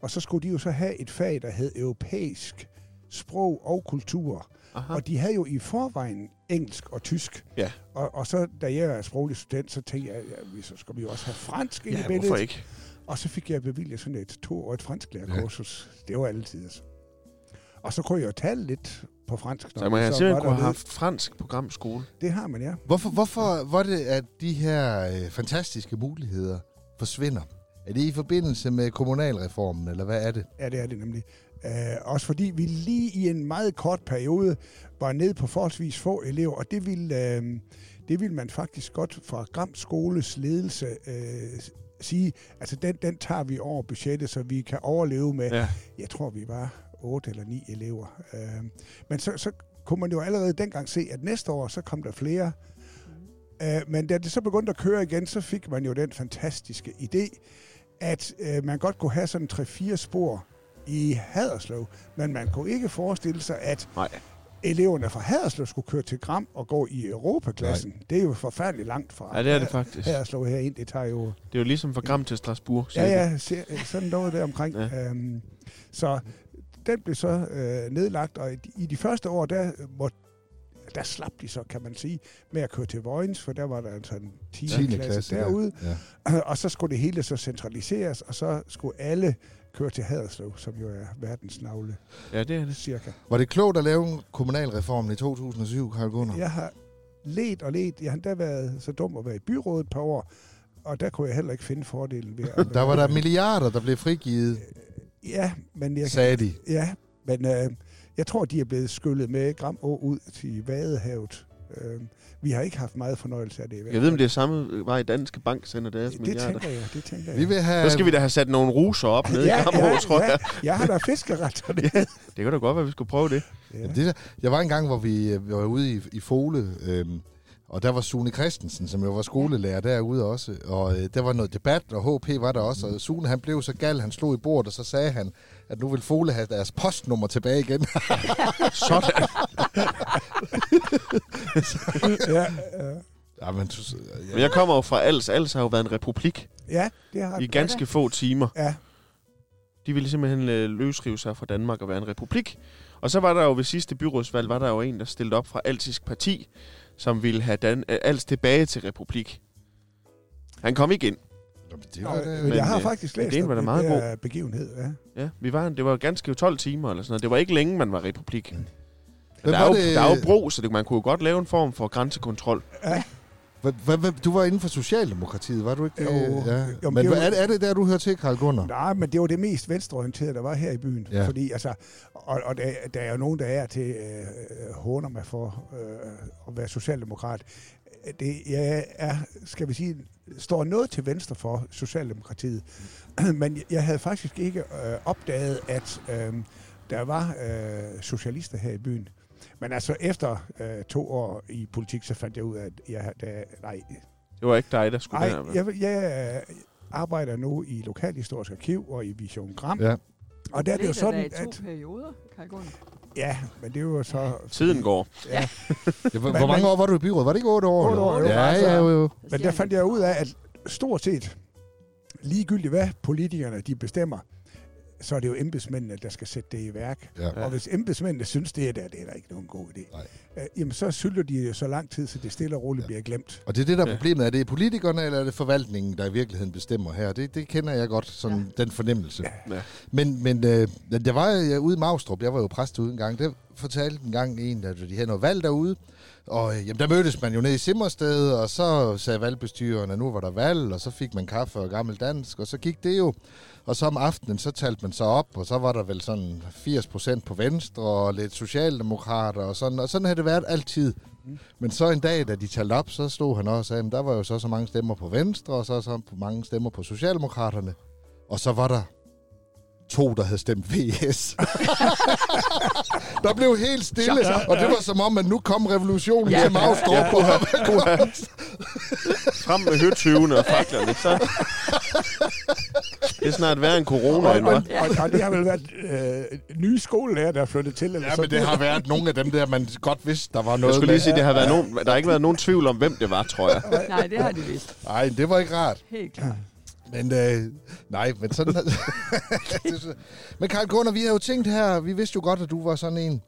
Og så skulle de jo så have et fag, der hed europæisk sprog og kultur. Aha. Og de havde jo i forvejen engelsk og tysk. Ja. Og, og så, da jeg er sproglig student, så tænkte jeg, ja, vi- så skal vi jo også have fransk ind i Ja, billedet. hvorfor ikke? Og så fik jeg bevilget sådan et toårigt fransklærekursus. Ja. Det var altid. altså. Og så kunne jeg jo tale lidt på fransk. når Så man vi har simpelthen var kunne have dernede. haft fransk programskole. Det har man, ja. Hvorfor, hvorfor var det, at de her øh, fantastiske muligheder forsvinder? Er det i forbindelse med kommunalreformen, eller hvad er det? Ja, det er det nemlig. Øh, også fordi vi lige i en meget kort periode var nede på forholdsvis få elever, og det ville, øh, det ville man faktisk godt fra Gram Skoles ledelse øh, sige, altså den, den tager vi over budgettet, så vi kan overleve med Ja. jeg tror, vi var otte eller ni elever. Øh, men så, så kunne man jo allerede dengang se, at næste år, så kom der flere. Mm. Øh, men da det så begyndte at køre igen, så fik man jo den fantastiske idé, at øh, man godt kunne have sådan 3-4 spor i Haderslev, men man kunne ikke forestille sig, at Nej. eleverne fra Haderslev skulle køre til Gram og gå i Europaklassen. Nej. Det er jo forfærdeligt langt fra Ja, det er det faktisk. Haderslev herind. Det tager jo Det er jo ligesom fra Gram til Strasbourg. øh, Ja, ja, se- sådan noget der omkring. Ja. Ja. Øhm, så den blev så øh, nedlagt, og i de- i de første år, der, øh, må, der slap de så, kan man sige, med at køre til Vojens, for der var der altså en 10. 10. klasse, klasse, klasse ja. derude, Ja. og så skulle det hele så centraliseres, og så skulle alle køre til Haderslev, som jo er verdens navle, Ja, det er det. cirka. Var det klogt at lave en kommunalreform i 2007, Karl Gunnar? Jeg har let og let. Jeg har endda været så dum at være i byrådet et par år, og der kunne jeg heller ikke finde fordelen ved at Der var der milliarder, der blev frigivet, Ja, men jeg, sagde de. ja, men, øh, jeg tror, de er blevet skyllet med Gram Å ud til Vadehavet. Øh, vi har ikke haft meget fornøjelse af det. i hvert Jeg ved, om det er samme vej Danske Bank sender deres fald. det milliarder. tænker jeg, det tænker jeg. Vi vil have... Så skal vi da have sat nogle ruser op nede i Gammelå, tror jeg. Jeg har da fiskeret og det. Det kan da godt være, vi skulle prøve det. Ja. Jamen, det der, jeg var engang, hvor vi øh, var ude i, i Fole, øhm, og der var Sune Christensen, som jo var skolelærer derude også, og øh, der var noget debat, og HP var der også, og Sune han blev så gal, han slog i bordet, og så sagde han, at nu vil Fole have deres postnummer tilbage igen. Sådan. Ja, øh, ja. ja, men, du, Men ja. jeg kommer jo fra Als. Als har jo været en republik ja, det har i ganske få timer. Ja, De ville simpelthen øh, løsrive sig fra Danmark og være en republik. Og så var der jo ved sidste byrådsvalg, var der jo en, der stillede op fra Altisk Parti, som ville have Dan- øh, Als tilbage til republik. Han kom ikke ind. Jamen, det var det. men jeg har øh, faktisk læst ideen var da om meget den der begivenhed. Ja. Ja, vi var, det var ganske 12 timer eller sådan noget. Det var ikke længe, man var republik. Hvem Der var er, jo, det- der er jo bro, så det, man kunne jo godt lave en form for grænsekontrol. Hva- hva- hva- Du var inden for Socialdemokratiet, var du ikke? Jo. Øh, ja. Jo, men men det hvad- var- er, er det der, du hører til, Karl Gunnar? Nej, men det var det mest venstreorienterede, der var her i byen. Ja. Ja. Fordi, altså, og, og der, der er jo nogen, der er til øh, håner mig for øh, at være socialdemokrat. Det, jeg er, skal vi sige, står noget til venstre for Socialdemokratiet. Men jeg havde faktisk ikke øh, opdaget, at øh, der var øh, socialister her i byen. Men altså, efter øh, to år i politik, så fandt jeg ud af, at jeg, der, nej, Det var ikke dig, der skulle Nej, derned. jeg, vil- jeg øh, arbejder nu i Lokalhistorisk Arkiv og i Vision Gram. Ja. Og der er det jo sådan, i to at... perioder, Karl Gunnar. Ja, men det er jo så... Tiden går. Ja, hvor, Men- hvor mange men- år var du i byrådet? Var det ikke otte år? Otte år, jo. ja, Altså, ja, jo, jo. Så Men siger der han, fandt jeg ud af, at stort set ligegyldigt hvad politikerne de bestemmer, så er det jo embedsmændene, der skal sætte det i værk. Ja. Og hvis embedsmændene synes, det er der, det er der ikke nogen god idé, Nej. øh, jamen så sylter de det så lang tid, så det stille og Ja. roligt ja. bliver glemt. Og det er det, der er Ja. problemet. Er det politikerne, eller er det forvaltningen, der i virkeligheden bestemmer her? Det, det kender jeg godt, sådan ja. den fornemmelse. Ja. Men, men øh, jeg var jeg, ude i Magstrup, jeg var jo præst ude en gang, der fortalte en gang en, at de havde noget valg derude, og øh, jamen, der mødtes man jo nede i Simmersted, og så sagde valgbestyreren, at nu var der valg, og så fik man kaffe og gammel dansk, og så gik det jo. Og så om aftenen, så talte man så op, og så var der vel sådan 80 procent på venstre, og lidt socialdemokrater, og sådan, og sådan havde det været altid. Men så en dag, da de talte op, så stod han også og sagde, at der var jo så så mange stemmer på Venstre, og så så mange stemmer på Socialdemokraterne. Og så var der to, der havde stemt VS. der blev helt stille, og det var som om, at nu kom revolutionen ja, Ja. til Magstrup. Ja, ja. Frem med høtyvene og faklerne, så... Det er snart værre end corona, Og, end og, var. og, og det har vel været øh, nye skolelærer, der er flyttet til. Eller ja, sådan men det har været nogle af dem der, man godt vidste, der var noget Jeg skulle med. lige sige, det har været nogen, der har ikke været nogen tvivl om, hvem det var, tror jeg. Nej, det har de vist. Nej, det var ikke rart. Helt klart. Men øh, nej, men sådan... Det er så- men Karl Gunnar, vi har jo tænkt her, vi vidste jo godt, at du var sådan en,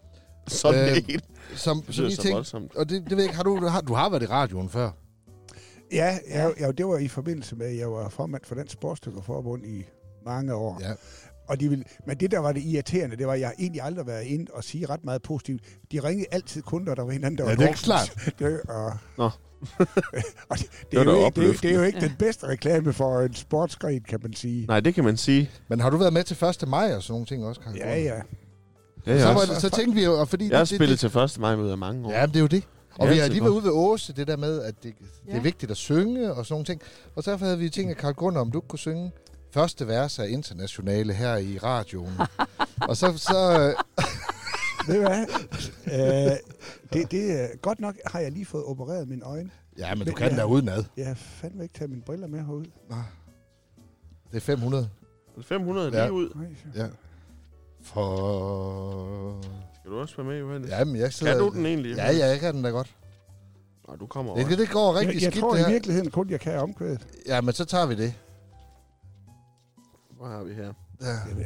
Sådan øh, Øh, en. som, Det som lyder vi så tænkte, voldsomt. Og det, det ved jeg ikke, har du, har, du har været i radioen før? Ja, jeg, jeg, det var i forbindelse med, at jeg var formand for Dansk Sportsdykkerforbund i mange år. Ja. Og de ville, men det, der var det irriterende, det var, at jeg egentlig aldrig været inde og sige ret meget positivt. De ringede altid kun, når der var hinanden, der Ja, var det er dårlig. ikke klart. det, og, Nå. og det, det, Det var er da jo ikke, det, er jo- det er jo opløftende. ikke den bedste reklame for en sportsgren, kan man sige. Nej, det kan man sige. Men har du været med til 1. maj og sådan nogle ting også, Karl Ja, Gunnar? ja. Ja, jeg, Så, har, var, også- det- så tænkte vi jo, og fordi... jeg har det- det- spillet til første maj møder mange år. Ja, men det er jo det. Og Ja, vi har det er lige været ude ved Åse, det der med, at det, det er Ja. vigtigt at synge og sådan nogle ting. Og så havde vi tænkt, at Karl Gunnar, om du ikke kunne synge første vers af Internationale her i radioen. og så, så øh, Ved du hvad? øh, det, det, er- godt nok har jeg lige fået opereret mine øjne. ja, men du Men- kan den ja. der udenad. Jeg har fandme ikke taget mine briller med herud. Det er 500. 500 lige Ja. ud. Nej. Ja. For... Skal du også være med, Johannes? Jamen, jeg sidder... Kan du den egentlig? Ja, ja, jeg kan den da godt. Nå, du kommer over. Det, det går rigtig Jeg, jeg skidt, tror det i her. virkeligheden kun, jeg kan omkvædet. Ja, men så tager vi det. Hvor har vi her? Ja. Jeg ved-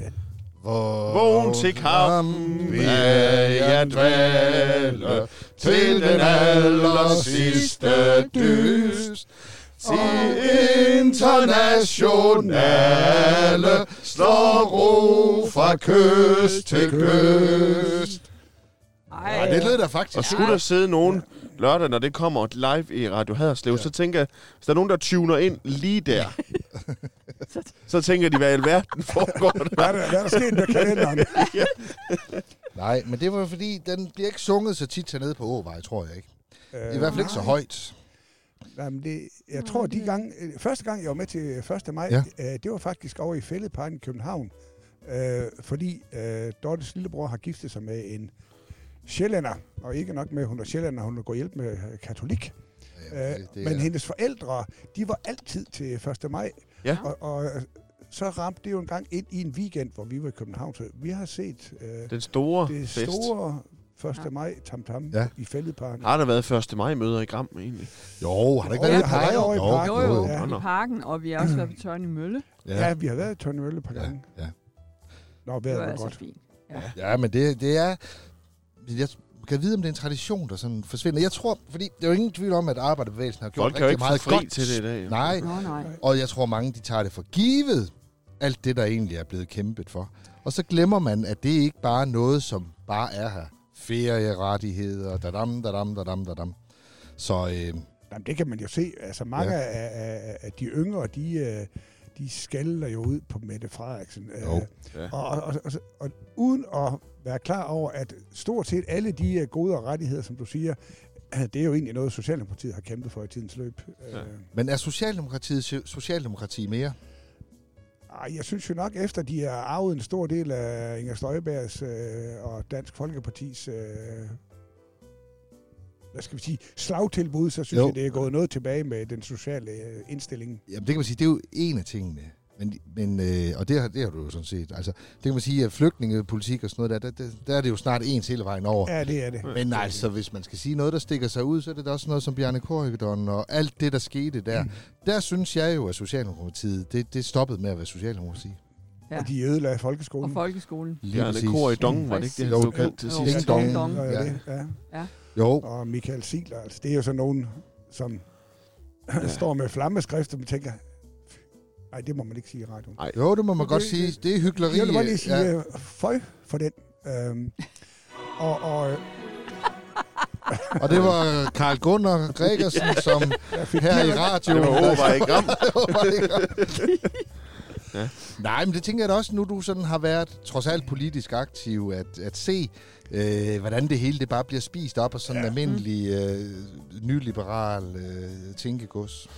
Vågen, Vågen til kamp vil jeg dvæle til den aller sidste dyst. Til internationale slår ro fra kyst til kyst. Ej, Ej, det lød da faktisk. Og skulle der sidde nogen lørdag, når det kommer live i Radio Haderslev, Ja. så tænker jeg, hvis der er nogen, der tuner ind lige der, Så- så tænker de, hvad i alverden foregår der? Hvad er der, hvad er der sket med kalenderen? Nej, men det var fordi, den bliver ikke sunget så tit hernede på Åvej, tror jeg ikke. Øh, I hvert fald ikke så nej. højt. Jamen det, jeg tror, de gange, øh, første gang, jeg var med til 1. maj, Ja. ja. øh, det var faktisk over i Fælledparken i København. Øh, fordi øh, Dortes lillebror har giftet sig med en sjællænder, og ikke nok med, at hun er sjællænder, hun går hjælp med øh, katolik. Ja, Øh, men er- hendes forældre, de var altid til 1. maj. Ja. Og, og øh, så ramte det jo en gang ind i en weekend, hvor vi var i København. Så vi har set øh, Den store det fest. store 1. maj tamtam Ja. ja. i Fælledparken. Har der været 1. maj-møder i Gram egentlig? Jo, har der ikke Jo, været der har været over i Jo, parken. Jo, jo. jo, Nå, nå. i parken, og vi har også været på Tørne Mølle. Ja. Ja, vi har været i Tønne Mølle et par gange. Ja, ja. Nå, Det vejret var var altså godt. fint. Ja, men det, det er... Jeg kan vide, om det er en tradition, der sådan forsvinder. Jeg tror, fordi der er jo ingen tvivl om, at arbejderbevægelsen har gjort Folk kan jo rigtig ikke få meget fri godt. til det i dag. jo. Nej, Nå, nej. og jeg tror, mange de tager det for givet, alt det, der egentlig er blevet kæmpet for. Og så glemmer man, at det ikke bare er noget, som bare er her. Ferierettigheder, dadam, dadam, dadam, dadam. Så øh, Jamen, det kan man jo se. Altså, mange Ja. ja. af, af, af de yngre, de, øh, de skalder jo ud på Mette Frederiksen. Øh, Jo. Ja. Og, og, og, og, og uden at være klar over, at stort set alle de øh, gode og rettigheder, som du siger, øh, det er jo egentlig noget, Socialdemokratiet har kæmpet for i tidens løb. øh, Ja. Ja. Men er Socialdemokratiet so- socialdemokrati mere? Ej, jeg synes jo nok, efter de har arvet en stor del af Inger Støjbergs øh, og Dansk Folkepartis øh, hvad skal vi sige, slagtilbud, så synes Jo. jo. jeg, det er gået noget tilbage med den sociale øh, indstilling. Jamen, det kan man sige, det er jo en af tingene. Men, men, øh, og det har, det har du jo sådan set. Altså, det kan man sige, at flygtningepolitik og sådan noget, der, der, der, der er det jo snart ens hele vejen over. Ja, det er det. Men altså, hvis man skal sige noget, der stikker sig ud, så er det da også noget som Bjarne Korydon og alt det, der skete der. Mm. Der synes jeg jo, at Socialdemokratiet, det, det stoppede med at være Socialdemokrati. Ja. Ja. Og de ødelagde Og folkeskolen. folkeskolen. Lige Bjarne Kor i Dongen, var det ikke det, han Jo. blev kaldt til Jo. sidst? Ding Ja, dong. dong, og Ja. det, ja. Jo, Og Michael Sigler, altså, det er jo sådan nogen, som ja. står med flammeskrift, og man tænker, nej, det må man ikke sige i radioen. jo, det må man Men godt det- sige. Det er hyggeleri. Jeg vil bare lige sige, ja. ja. føj for den. Øhm, og, og øh, Og det var Karl Gunnar Gregersen, som her i radioen... Det var overvej i Gram. Ja. ja. Nej, men det tænker jeg da også, nu du sådan har været trods alt politisk aktiv, at, at se, øh, hvordan det hele det bare bliver spist op af sådan en ja. almindelig øh, nyliberal øh, tænkegods.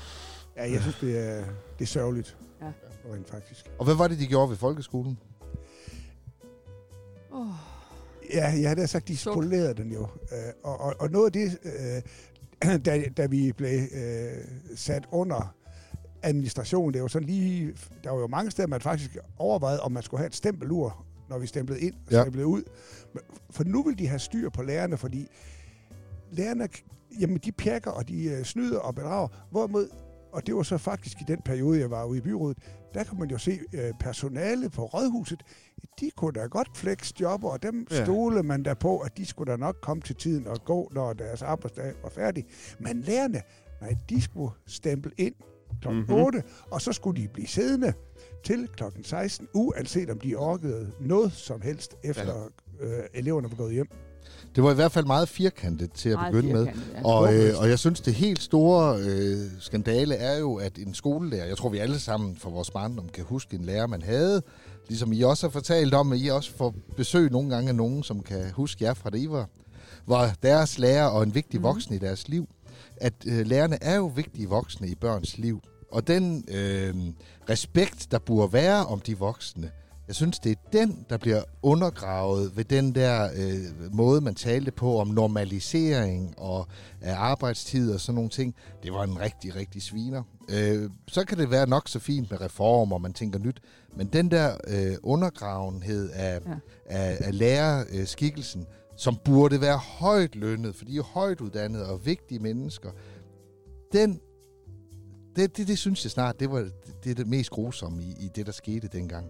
ja, jeg synes, det er, det er sørgeligt. Ja. Ja. Rent faktisk. Og hvad var det, de gjorde ved folkeskolen? Oh, Ja, jeg havde da sagt, de Suk. spolerede den jo. Øh, og, og, og noget af det, øh, da, da vi blev øh, sat under administration, det var sådan lige, der var jo mange steder, man faktisk overvejede, om man skulle have et stempelur, når vi stemplede ind og Ja. ja. stemplede ud. Men- For nu vil de have styr på lærerne, fordi lærerne, jamen de pjakker, og de øh, snyder og bedrager. Hvorimod, og det var så faktisk i den periode, jeg var ude i byrådet, der kunne man jo se øh, personale på rådhuset, de kunne da godt flex jobber, og dem Ja. ja. stole man da på, at de skulle da nok komme til tiden og gå, når deres arbejdsdag var færdig. Men lærerne, nej, de skulle stemple ind kl. Mhm. Mm-hmm. 8, og så skulle de blive siddende til kl. 16, uanset om de orkede noget som helst, efter øh, eleverne var gået hjem. Det var i hvert fald meget firkantet til at begynde med. Ja. Og, øh, og jeg synes, det helt store øh, skandale er jo, at en skolelærer, jeg tror vi alle sammen fra vores barndom kan huske en lærer, man havde, ligesom I også har fortalt om, at I også får besøg nogle gange af nogen, som kan huske jer fra det, I var, var deres lærer og en vigtig voksen i deres liv. At øh, lærerne er jo vigtige voksne i børns liv. Og den øh, respekt, der burde være om de voksne, jeg synes, det er den, der bliver undergravet ved den der øh, måde, man talte på om normalisering og af arbejdstid og sådan nogle ting. Det var en rigtig, rigtig sviner. Øh, så kan det være nok så fint med reformer, man tænker nyt, men den der øh, undergravenhed af, ja. Ja. af, af lærerskikkelsen, som burde være højt lønnet, for de er højt uddannede og vigtige mennesker, den det, det, det synes jeg snart, det var det, det, er det mest grusomme i, i det, der skete dengang.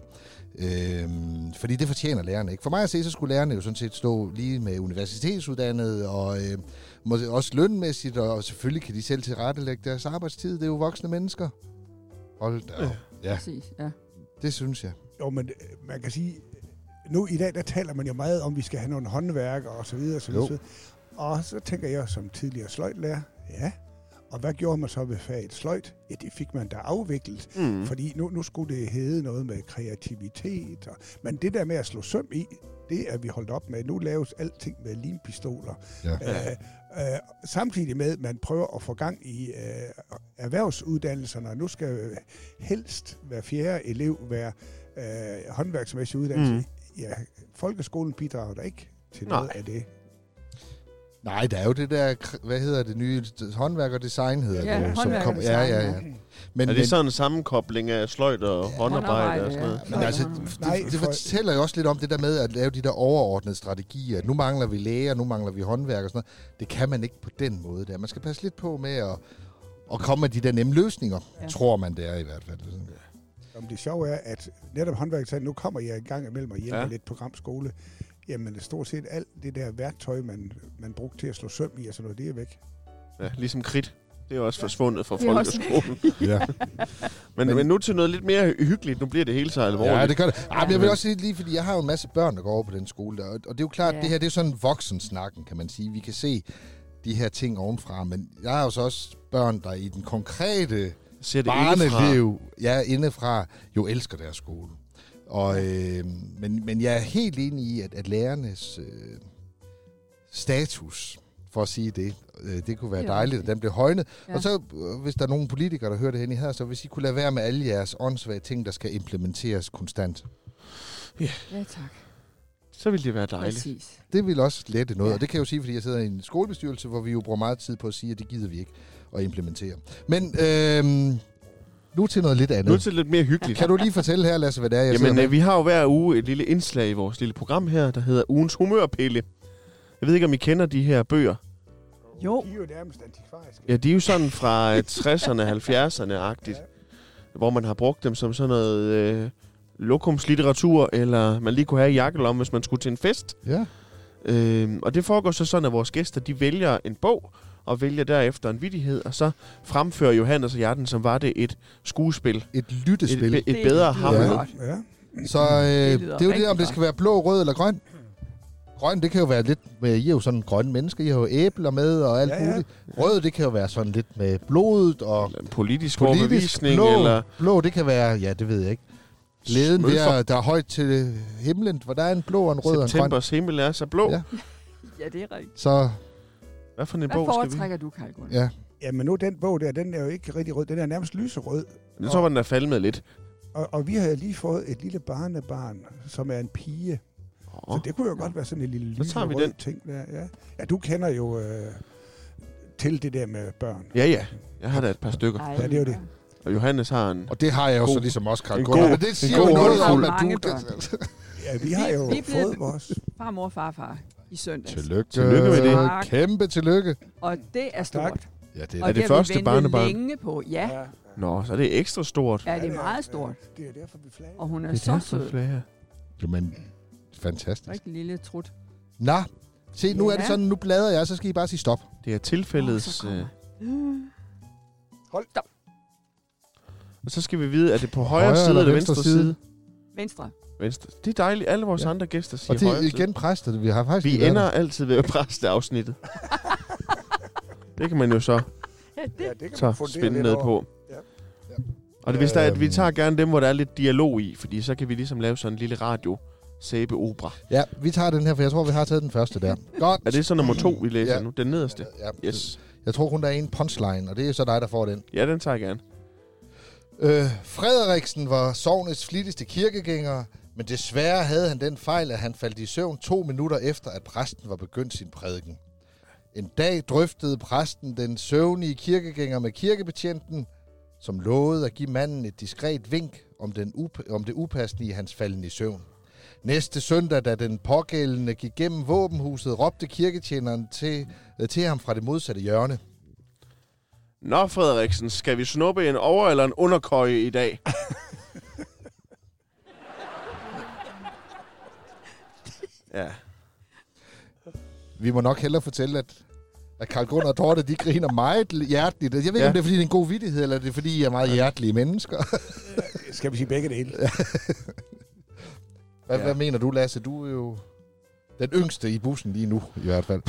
Øhm, fordi det fortjener lærerne ikke. For mig at se, så skulle lærerne jo sådan set stå lige med universitetsuddannede, og øh, må, også lønmæssigt, og, og selvfølgelig kan de selv tilrettelægge deres arbejdstid. Det er jo voksne mennesker. Hold da op. Ja, Præcis, ja. det synes jeg. Jo, men øh, man kan sige, nu i dag, der taler man jo meget om, at vi skal have nogle håndværk og så videre, og så videre. Jo. og så videre. Og så tænker jeg som tidligere sløjtlærer, ja, og hvad gjorde man så ved faget sløjt? Ja, det fik man da afviklet, Mm. fordi nu, nu skulle det hedde noget med kreativitet. Og, men det der med at slå søm i, det er vi holdt op med. Nu laves alting med limpistoler. Ja. Øh, øh, samtidig med, at man prøver at få gang i øh, erhvervsuddannelserne, og nu skal øh, helst hver fjerde elev være øh, håndværksmæssig uddannelse. Mm. Mm. Ja, folkeskolen bidrager da ikke til Nej. noget af det. Nej, der er jo det der, kr- hvad hedder det nye, håndværk og design hedder Ja, det. jo, håndværk og kommer- ja, design, ja, ja. ja. Men, Er det sådan en sammenkobling af sløjt og håndarbejde og sådan noget? ja. Men altså, Nej, det, det for- fortæller jo også lidt om det der med at lave de der overordnede strategier. at Nu mangler vi læger, nu mangler vi håndværk og sådan noget. Det kan man ikke på den måde der. Man skal passe lidt på med at, at komme med de der nemme løsninger, ja. Ja. tror man det er i hvert fald. Om det sjove er, at netop håndværkshandel, nu kommer jeg en gang imellem og hjælper Ja. ja. lidt på Gramskole, jamen stort set alt det der værktøj, man, man brugte til at slå søm i og sådan noget, det er væk. Ja, ligesom kridt. Det er jo også forsvundet fra Det er også- folkeskolen. Ja. Men, men, Men- men nu til noget lidt mere hyggeligt. Nu bliver det hele så alvorligt. ja, det gør det. Ej, men jeg vil også sige lige, fordi jeg har jo en masse børn, der går over på den skole der, og og det er jo klart, Ja. ja. det her det er sådan voksensnakken, kan man sige. Vi kan se de her ting ovenfra, men jeg har jo så også børn, der i den konkrete Ser det indefra. barneliv, ja, indefra, jo elsker deres skole. Og, øh, men, men jeg er helt enig i, at, at lærernes øh, status, for at sige det, øh, det kunne være Det det er dejligt, at rigtigt. den blev højnet. Ja. Ja. Og så, øh, hvis der er nogle politikere, der hører det hen i her, så hvis I kunne lade være med alle jeres åndssvage ting, der skal implementeres konstant. ja, tak. Så ville det være dejligt. Præcis. Det vil også lette noget, Ja. ja. og det kan jeg jo sige, fordi jeg sidder i en skolebestyrelse, hvor vi jo bruger meget tid på at sige, at det gider vi ikke at implementere. Men øh, nu til noget lidt andet. Nu til lidt mere hyggeligt. Kan du lige fortælle her, Lasse, hvad det er, jeg sidder Jamen, med? øh, vi har jo hver uge et lille indslag i vores lille program her, der hedder Ugens Humørpille. Jeg ved ikke, om I kender de her bøger. Jo. De er jo nærmest antikvariske. Ja, de er jo sådan fra øh, 60'erne, 70'erne-agtigt, hvor man har brugt dem som sådan noget øh, lokumslitteratur, eller man lige kunne have i jakkelommen, hvis man skulle til en fest. Ja. Øh, og det foregår så sådan, at vores gæster, de vælger en bog, og vælger derefter en vidighed, og så fremfører Johannes og Hjerten, som var det et skuespil. Et Et, lyttespil. et, et bedre Det- hamlet. Ja. Ja. så øh, det, er lyder jo det, rigtig om det godt. skal være blå, rød eller grøn. Grøn, det kan jo være lidt med, I er jo sådan grønne mennesker, I har jo æbler med og alt Ja, ja, ja. ja. muligt. Rød, det kan jo være sådan lidt med blodet og Eller en politisk, politisk politisk overbevisning, blå. eller Blå, det kan være, ja, det ved jeg ikke. Leden smølfer. der, der er højt til himlen, hvor der er en blå og en rød og en grøn. Septembers himmel er så blå. Ja. Ja. Ja, det er rigtigt. Så Hvad for en Hvad bog skal vi? foretrækker du, Karl Gunnar? Ja. Jamen nu, den bog der, den er jo ikke rigtig rød, den er nærmest lyserød. Jeg tror, den er faldet med lidt. Og, og vi har lige fået et lille barnebarn, som er en pige. Åh, Oh. Så det kunne jo godt være sådan en lille Så tager vi lyserød den. ting der. Ja. ja, du kender jo øh, til det der med børn. Ja, ja. Jeg har da et par stykker. Ej, Ja, det er jo det. Og Johannes har en... og det har jeg jo God. så ligesom også, Karl En Gunnar. god- Men en det siger god jo noget om, håndfuld. at Mange du... Ja, vi har Vi- jo vi er blevet- fået vores. Far, mor, far, far i søndags. Tillykke. Tillykke med det. Kæmpe tillykke. Og det er stort. Tak. Ja, det Og Er det har første vi ventet barnebarn? længe på. Ja, Nå, så er det ekstra stort. ja, det er meget stort. Det er derfor, vi flager. Og hun er, så sød. flere. Jamen, fantastisk. Rigtig lille trut. Nå, se, nu er det Ja. sådan, nu bladrer jeg, så skal I bare sige stop. Det er Åh, tilfældets... så Oh, kommer- og så skal vi vide, er det på højre, Højre side eller eller venstre venstre side? Venstre. Venstre. Det er dejligt. Alle vores Ja. andre gæster Og siger det højre er side. igen præster, vi har faktisk lige Vi været ender altid ved at præste afsnittet. det kan man jo så, Ja, det, Ja, det kan man så fundere spinde lidt ned over. på. Ja. Ja. Og det, hvis der, er, at vi Øhm. tager gerne dem, hvor der er lidt dialog i, fordi så kan vi ligesom lave sådan en lille radio sæbeopera. der. Ja, vi tager den her, for jeg tror, vi har taget den første der. Godt. Er det så nummer to, vi læser Ja. nu? Den nederste? Ja, Yes. Jeg tror kun, der er en punchline, og det er så dig, der får den. Ja, den tager jeg gerne. Øh, Frederiksen var sovnets flittigste kirkegænger, men desværre havde han den fejl, at han faldt i søvn to minutter efter, at præsten var begyndt sin prædiken. En dag drøftede præsten den søvnige kirkegænger med kirkebetjenten, som lovede at give manden et diskret vink om, den up- om det upassende i hans falden i søvn. Næste søndag, da den pågældende gik gennem våbenhuset, råbte kirketjeneren til, øh, til ham fra det modsatte hjørne. Nå, Frederiksen, skal vi snuppe en over- eller en underkøje i dag? ja. Vi må nok hellere fortælle, at, at Karl Gunnar og Dorte, de griner meget hjerteligt. Jeg ved ikke, Ja. ja. om det er, fordi det er en god vittighed, eller det er, fordi I er meget hjertelige mennesker. Skal vi sige begge dele? Hvad, Ja. ja. hvad mener du, Lasse? Du er jo den yngste i bussen lige nu, i hvert fald.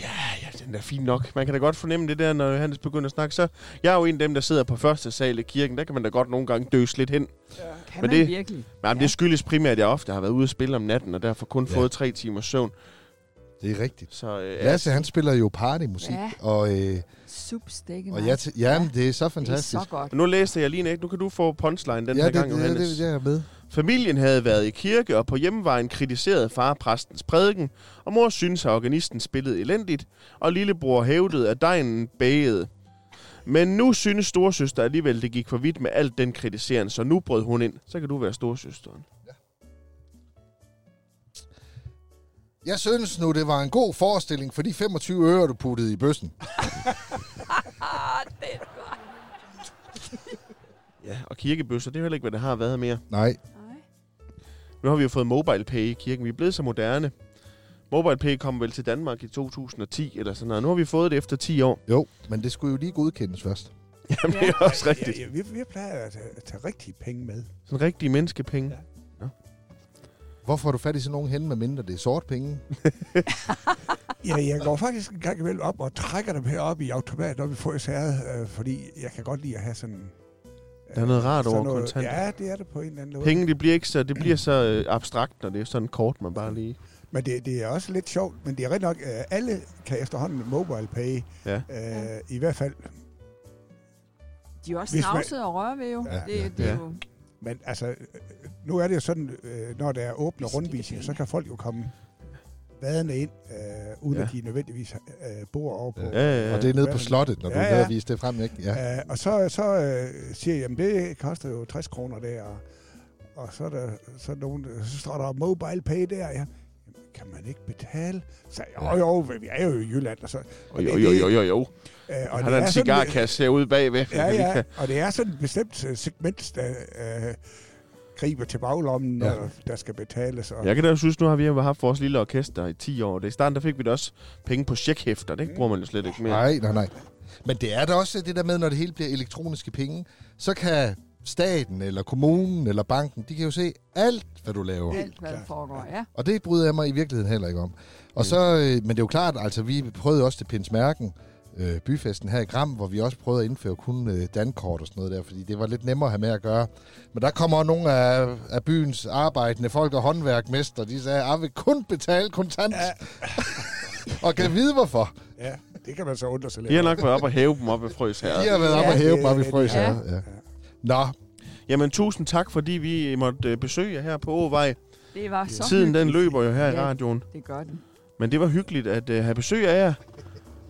ja, den er fin nok. Man kan da godt fornemme det der, når Johannes begynder at snakke. Så jeg er jo en af dem, der sidder på første sal i kirken. Der kan man da godt nogle gange døse lidt hen. Men, Kan Men man det- virkelig? ja. men Ja. det skyldes primært, at jeg ofte har været ude at spille om natten, og derfor kun Ja. ja. fået tre timers søvn. Det er rigtigt. Så øh, ja, Lasse, han spiller jo partymusik, Ja. ja. og, øh, Substikken. og jeg t- jamen, det er så det er fantastisk. så godt. nu læste jeg lige en æg. Nu kan du få punchline den ja, her det, gang, det, Johannes. det, det, jeg er med. Familien havde været i kirke, og på hjemmevejen kritiserede far præstens prædiken, og mor syntes, at organisten spillede elendigt, og lillebror hævdede, at dejen bagede. Men nu synes storsøster alligevel, det gik for vidt med alt den kritiseren, så nu brød hun ind. Så kan du være storsøsteren. Jeg synes nu, det var en god forestilling for de 25 øre, du puttede i bøssen. Ah, det var... Ja, og kirkebøsser, det er heller ikke, hvad det har været mere. Nej, Nej. Nu har vi jo fået mobile pay i kirken. Vi er blevet så moderne. Mobile pay kom vel til Danmark i 2010 eller sådan noget. Nu har vi fået det efter 10 år. jo, men det skulle jo lige godkendes først. Jamen, det er også rigtigt. Ja, ja, vi, vi plejer at, at tage rigtige penge med. Sådan rigtige menneskepenge. Ja. Hvorfor har du fat i sådan nogen hen, med mindre det er sort penge? Ja, jeg går faktisk en gang imellem op og trækker dem herop i automaten op i Frøsherred, øh, fordi jeg kan godt lide at have sådan... øh, Der er noget rart sådan over kontanter. Ja, det er det på en eller anden måde. Penge, det bliver ikke så, det bliver så øh, abstrakt, når det er sådan et kort, man bare lige... Men det, det er også lidt sjovt, men det er rigtig nok, øh, alle kan efterhånden mobile pay, Ja. øh, i hvert fald. De er jo også Hvis man- snavsede at røre ved jo. Ja, det, det er ja. jo... Men altså, øh, nu er det jo sådan, øh, når der er åbne Skidte rundvisninger, så penge. kan folk jo komme vadende ind, øh, uden Ja. ja. at de nødvendigvis øh, bor over på. Ja, ja, ja. Og det er nede Ja, på men- slottet, når du Ja, er ved at ja. vise det frem, ikke? Ja. Øh, og så, så øh, siger jeg, jamen det koster jo 60 kroner der, og, og så, er der, så, er nogen, der- så står der mobile pay der, ja. Jamen, kan man ikke betale? Så jo, jo, vi er jo i Jylland. Og så, Jo, jo, jo, jo, jo. jo. øh, og Og Han har en sådan- cigarkasse herude bagved. Ja, man lige ja, kan- og det er sådan et bestemt øh, segment, der øh, griber til baglommen, Ja. når der skal betales. Og, Jeg kan da synes, nu har vi jo haft vores lille orkester i 10 år. Det I starten, der fik vi da også penge på checkhæfter. Det bruger man jo slet ikke mere. Nej, nej, nej. Men det er da også det der med, når det hele bliver elektroniske penge, så kan staten, eller kommunen, eller banken, de kan jo se alt, hvad du laver. Alt, hvad der foregår, ja. Og det bryder jeg mig i virkeligheden heller ikke om. Og så, øh, men det er jo klart, altså vi prøvede også til Pinsmærken, øh, byfesten her i Gram, hvor vi også prøvede at indføre kun øh, dankort og sådan noget der, fordi det var lidt nemmere at have med at gøre. Men der kommer nogle af, af byens arbejdende folk og håndværkmester, de sagde, at vi kun betale kontant. Ja. og kan vide hvorfor. ja, det kan man så undre sig lidt De har over. nok været op og hæve dem op ved frøs her. De har været op og Ja, hæve det- dem op i det- frøs. Ja. ja. Ja. Nå, Jamen, tusind tak, fordi vi måtte øh, besøge jer her på Åvej. Det var så Tiden den hyggeligt. løber jo her i Ja. radioen. Det gør den. Men det var hyggeligt at øh, have besøg af jer.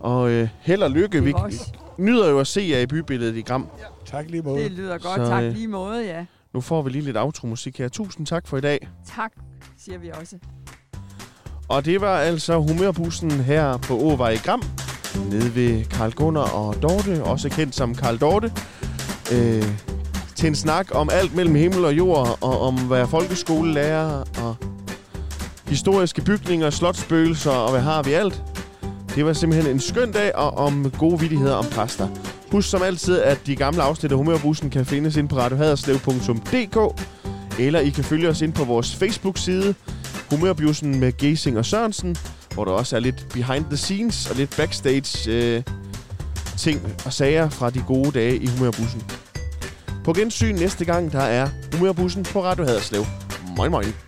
Og øh, held og lykke. Vi Det, var også, nyder jo at se jer i bybilledet i Gram. Tak lige det måde. lyder godt. Så, tak øh, lige måde, ja. Nu får vi lige lidt automusik her. Tusind tak for i dag. Tak, siger vi også. Og det var altså humørbussen her på Åvej i Gram, nede ved Karl Gunnar og Dorte, også kendt som Karl Dorte, øh, til en snak om alt mellem himmel og jord, og om hvad folkeskolelærer og historiske bygninger, slotsbøgelser og hvad har vi alt. Det var simpelthen en skøn dag, og om gode vittigheder om præster. Husk som altid, at de gamle afsnit af Humørbussen kan findes ind på radiohaderslev.dk, eller I kan følge os ind på vores Facebook-side, humørbjussen med Gesing og Sørensen, hvor der også er lidt behind the scenes og lidt backstage øh, ting og sager fra de gode dage i humørbussen. På gensyn næste gang, der er humørbussen på Radio Haderslev. Moin moin.